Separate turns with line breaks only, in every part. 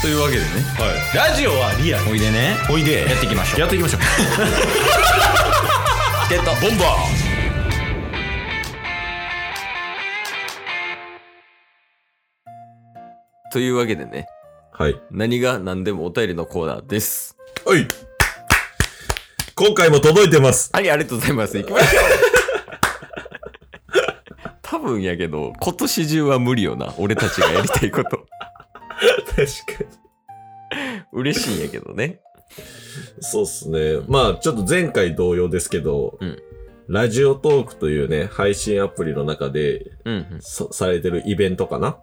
というわけでね
はい、ラジオはリアル
おいでね
おいで
やっていきましょう
やっていきましょう
ゲット
ボンバ
というわけでね
ーはい
何が何でもお便りのコーナーです
はい今回も届いてます
はいありがとうございます行きましょう 多分やけど今年中は無理よな俺たちがやりたいこと
確かに
嬉しいんやけどね
そうっすねまあちょっと前回同様ですけど、
うん
ラジオトークというね配信アプリの中で
うんうん
さされてるイベントかな、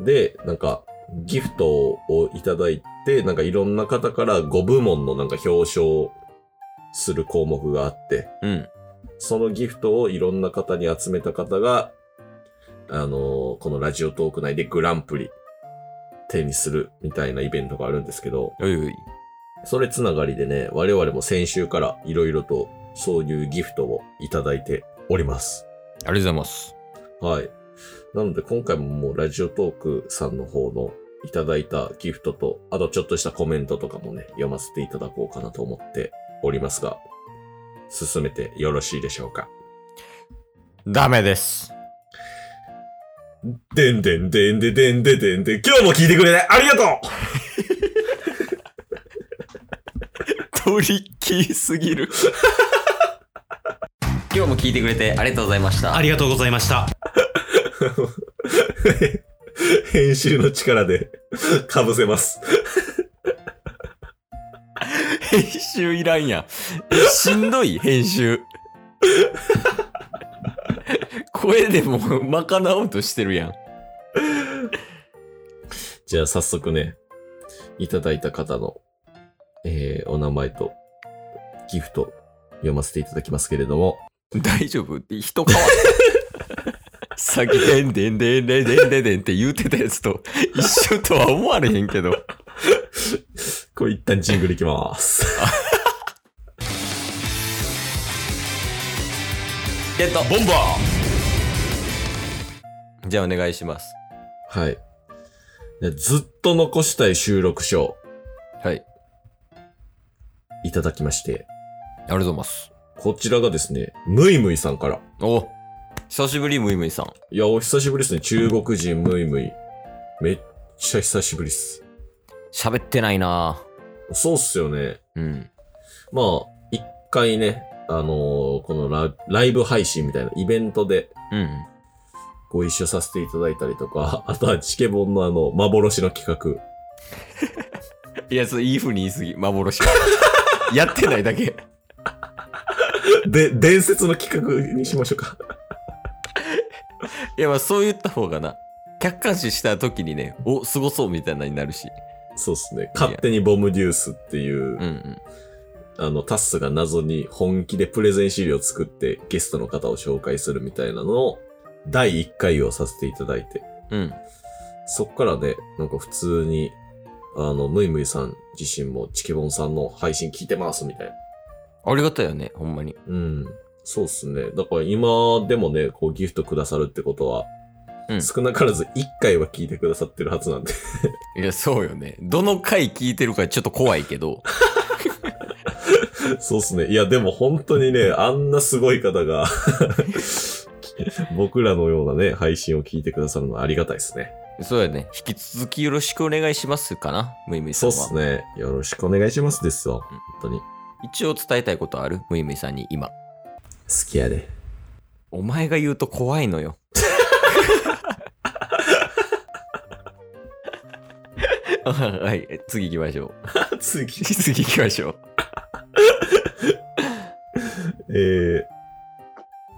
でなんかギフトをいただいてなんかいろんな方から5部門のなんか表彰する項目があって
うん
そのギフトをいろんな方に集めた方が、あのーこのラジオトーク内でグランプリ手にするみたいなイベントがあるんですけど、
おいおい
それつながりでね、我々も先週からいろいろとそういうギフトをいただいております。
ありがとうございます
はい。なので今回ももうラジオトークさんの方のいただいたギフトと、あとちょっとしたコメントとかもね、読ませていただこうかなと思っておりますが、進めてよろしいでしょうか。
ダメです
でんでんでんででんででんでん、今日も聞いてくれてありがとう
トリッキーすぎる 今日も聞いてくれてありがとうございました
ありがとうございました。
編集の力で かぶせます。
編集いらんやん。えしんどい、編集。 声でもう賄おうとしてるやん。
じゃあ早速ね、いただいた方の、えー、お名前とギフト読ませていただきますけれども、
大丈夫人変わった。 さっき、でんでんでんでんでんでんでんって言うてたやつと一緒とは思われへんけど。
これ一旦ジングルいきます。
えっと、
ボンバ
じゃあお願いします。
ーはい。じゃあずっと残したい収録書
はい。
いただきまし
あ
て、
りがとうございます。
こちらがですね、ムイムイさんから。
お久しぶり、むいむいさん。
いや、お久しぶりですね。中国人ムイムイ。めっちゃ久しぶりっす。
喋ってないな
そうっすよね。
うん。
まあ、一回ね、あのーこのラライブ配信みたいなイベントで
うん。
ご一緒させていただいたりとか、 あとはチケボンのあの、幻の企画。
いや、そう、いい風に言いすぎ。幻。 やってないだけ。
で、伝説の企画にしましょうか。
いやまあそう言った方がな客観視した時にねお過ごそうみたいなになるし
そうっすね。勝手にボムデュースっていう、
うんうん
あの、タッスが謎に本気でプレゼン資料を作ってゲストの方を紹介するみたいなのを、第1回をさせていただいて、
うん
そっからね、なんか普通に、あの、ムイムイさん自身もチケボンさんの配信聞いてますみたいな。
ありがたいよねほんまに
うん。そうっすね。だから今でもね、こうギフトくださるってことは、
うん
少なからず1回は聞いてくださってるはずなんで。
いやそうよねどの回聞いてるかちょっと怖いけど
そうっすね。いや、でも本当に ね、あんなすごい方が、 僕らのようなね、配信を聞いてくださるのはありがたいですね。
そうやね引き続きよろしくお願いしますかなむいむいさ
そ
ん
うっ
は
すね。よろしくお願いしますですよ。本当に。好
一応伝えたいことあるむいむいさんに今
きやで。
お前が言うと怖いのよ あはいえ次行きましょう
次。
次行きましょう
えー、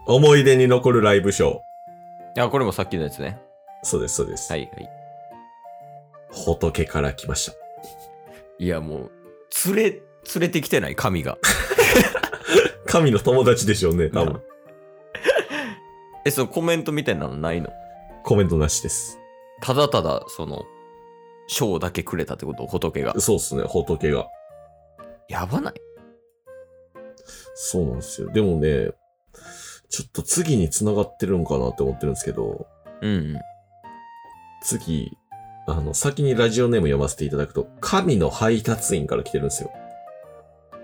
思い出に残るライブショー。
いやこれもさっきのやつね
そうです、そうです。
はいはい
仏から来ました。
いやもう、連れ、連れてきてない神が。
神の友達でしょうね、多
うん
分。
え、そのコメントみたいなのないの
コメントなしです。
ただただ、その、賞だけくれたってこと仏が。
そうっすね、仏が。
やばない
そうなんですよ。でもね、ちょっと次に繋がってるんかなって思ってるんですけど、
うんうん。
次、あの、先にラジオネーム読ませていただくと、神の配達員から来てるんですよ。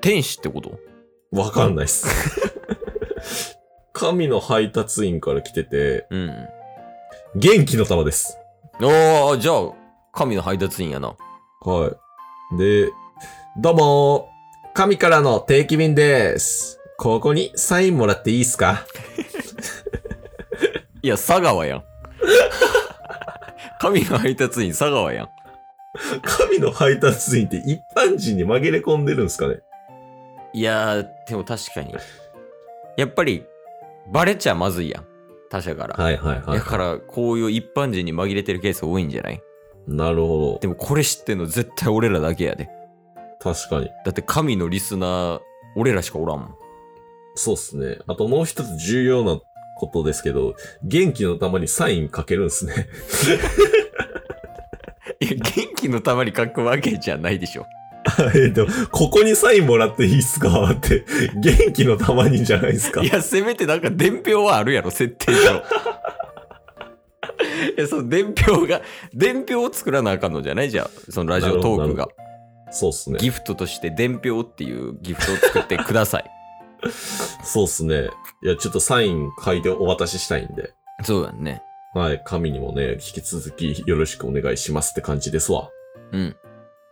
天使ってこと
わかんない っす。神の配達員から来てて、
うん。
元気の玉です。
ああ、じゃあ、神の配達員やな。
はい。で、どうもー神からの定期便です。ここにサインもらっていいっすか
いや、佐川やん。神の配達員、佐川やん。
神の配達員って一般人に紛れ込んでるんですかね
いやー、でも確かに。やっぱり、バレちゃまずいやん。他者から。
はいはいはい
だ。から、こういう一般人に紛れてるケース多いんじゃない
なるほ
でも、これ知ってんの絶対俺らだけやで。
ど。確かに。
だって、神のリスナー、俺らしかおらんもん。
そうっすね。あともう一つ重要なことですけど、元気の玉にサインかけるんですね。
いや、元気の玉に書くわけじゃないでしょ。
えっと、ここにサインもらっていいっすかって、元気の玉にじゃないですか
い。や、せめてなんか伝票はあるやろ、設定 上。いや、その伝票が、伝票を作らなあかんのじゃないじゃあ、そのラジオトーク
なる
が。
そうっすね。
ギフトとして伝票っていうギフトを作ってください。
そうっすね。いや、ちょっとサイン書いてお渡ししたいんで。
そうだね。
はい、神にもね、引き続きよろしくお願いしますって感じですわ。
うん。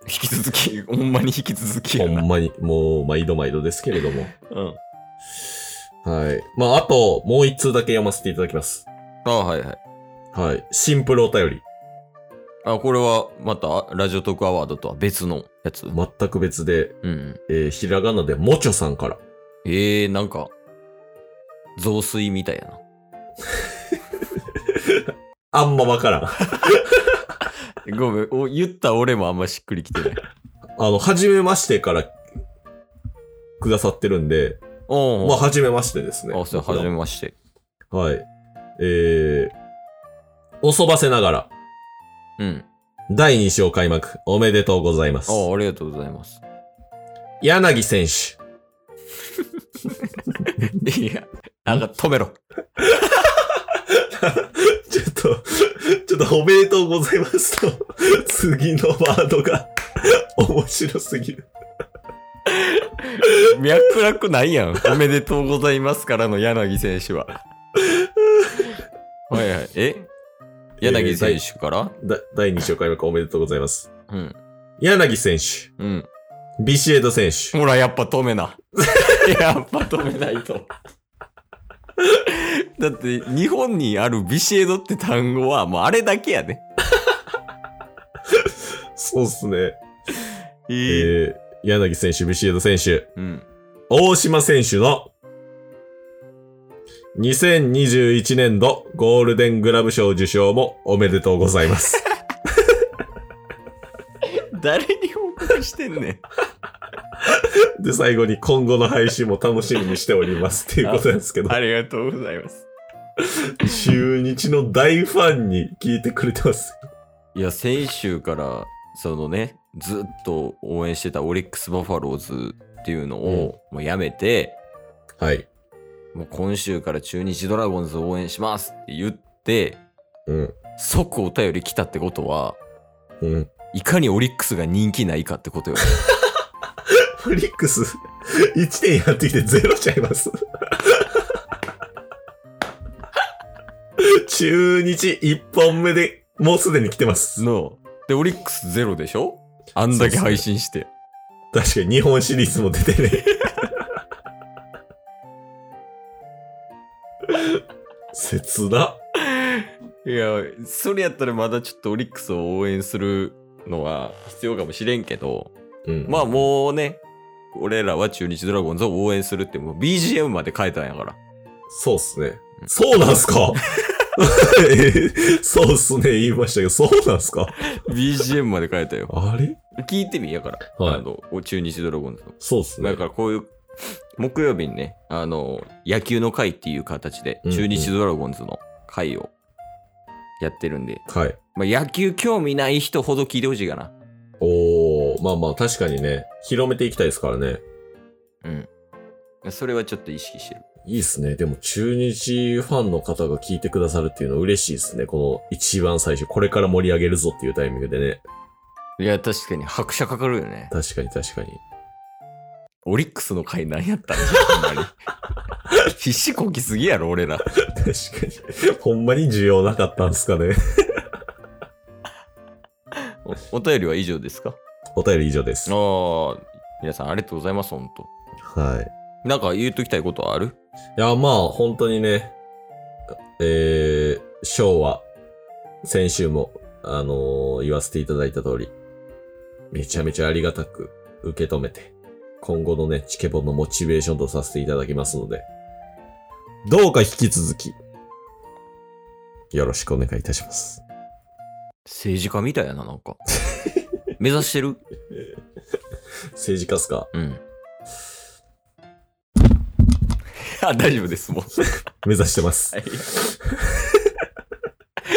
引き続き、ほんまに引き続き
ほ
やな。
んまに、もう、毎度毎度ですけれども。
うん。
はい。まあ、あと、もう一通だけ読ませていただきます。
あはいはい。
はい。シンプルお便り。
あ、これはまた、ラジオトークアワードとは別のやつ。
全く別で、
うん。
えーひらがなでもちょさんから。
えー、なんか、雑炊みたいやな。
あんまわからん。 あ
ごめん、お言った俺もあんましっくりきてない。
の、はじめましてから、くださってるんで、
お
まあ、はじめましてですね。
あ、そう、はじめまして。
はい。えー、おそばせながら、
うん。
第2章開幕、おめでとうございます。
あありがとうございます。
柳選手。
いや、なんか止めろ。
ちょっと、ちょっとおめでとうございますと、次のワードが面白すぎる。
脈絡ない やん。おめでとうございますからの柳選 手は。はいはい。え柳選手から、
だ第2章開幕おめでとうございます。
うん。
柳選手、
うん。
ビシエド選手、
ほら、やっぱ止め な。やっぱ止めないと。だって、日本にあるビシエドって単語は、もうあれだけやね。
そうっすね。
え
えー、柳選手、ビシエド選手、
うん。
大島選手の2021年度ゴールデングラブ賞受賞もおめでとうございます。
誰に報告してんねん。
で、最後に今後の配信も楽しみにしておりますっていうことな んですけど、
ありがとうございます。
中日の大ファンに聞いてくれてます。
いや、先週から、そのね、ずっと応援してたオリックス・バファローズっていうのをもうやめて、
はい。
もう今週から中日ドラゴンズ応援しますって言って、
うん。
即お便り来たってことは、
うん。
いかにオリックスが人気ないかって ことよ。
フリックス、1点やってきてゼロちゃいます。 中日1本目でもうすでに来てます。
の、で、オリックスゼロでしょあんだけ配信して。
確かに日本シリーズも出てね。 切な。
いや、それやったらまだちょっとオリックスを応援するのは必要かもしれんけど、
うん
まあもうね、俺らは中日ドラゴンズを応援するって、もう BGM まで変えたんや から。
そうっすね
う。ん
そうなんす かえそうっすね、言いましたけど、そうなんすか
BGM まで変えたよ。
あれ
聞いてみやから、
はい
あの、中日ドラゴンズの。
そうっすね
だ。からこういう、木曜日にね、あの、野球の会っていう形で、
うんうん
中日ドラゴンズの会をやってるんで、
はい。
まあ、野球興味ない人ほど聞いてほしいかな。
おー、まあまあ確かにね、広めていきたいですからね。
うん。それはちょっと意識してる。
いいですね。でも中日ファンの方が聞いてくださるっていうのは嬉しいですね。この一番最初、これから盛り上げるぞっていうタイミングでね。
いや、確かに拍車かかるよね。
確かに確かに。
オリックスの回何やったんじゃ、ほんまに。 必死こきすぎやろ、俺ら。
確かに。 ほんまに需要なかったんですかね。
おお便りは以上ですか
お便り以上です。は
ああ、皆さんありがとうございます、ほんと。
い。
なんか言うときたいことはある
いや、まあ、本当にね、えー、昭和、先週も、あのー言わせていただいた通り、めちゃめちゃありがたく受け止めて、今後のね、チケボンのモチベーションとさせていただきますので、どうか引き続き、よろしくお願いいたします。
政治家みたいやな、なん か。目指してる
政治家っすか
うん。あ、大丈夫です、もう。
目指してます。
はい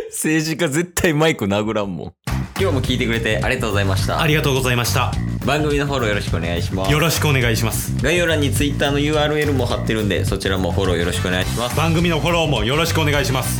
政治家絶対マイク殴らんもん。今日も聞いてくれてありがとうございました
あ。りがとうございました。
番組のフォローよろしくお願いします
よ。ろしくお願いします。
概要欄に Twitter の URL も貼ってるんで、そちらもフォローよろしくお願いします。
番組のフォローもよろしくお願いします。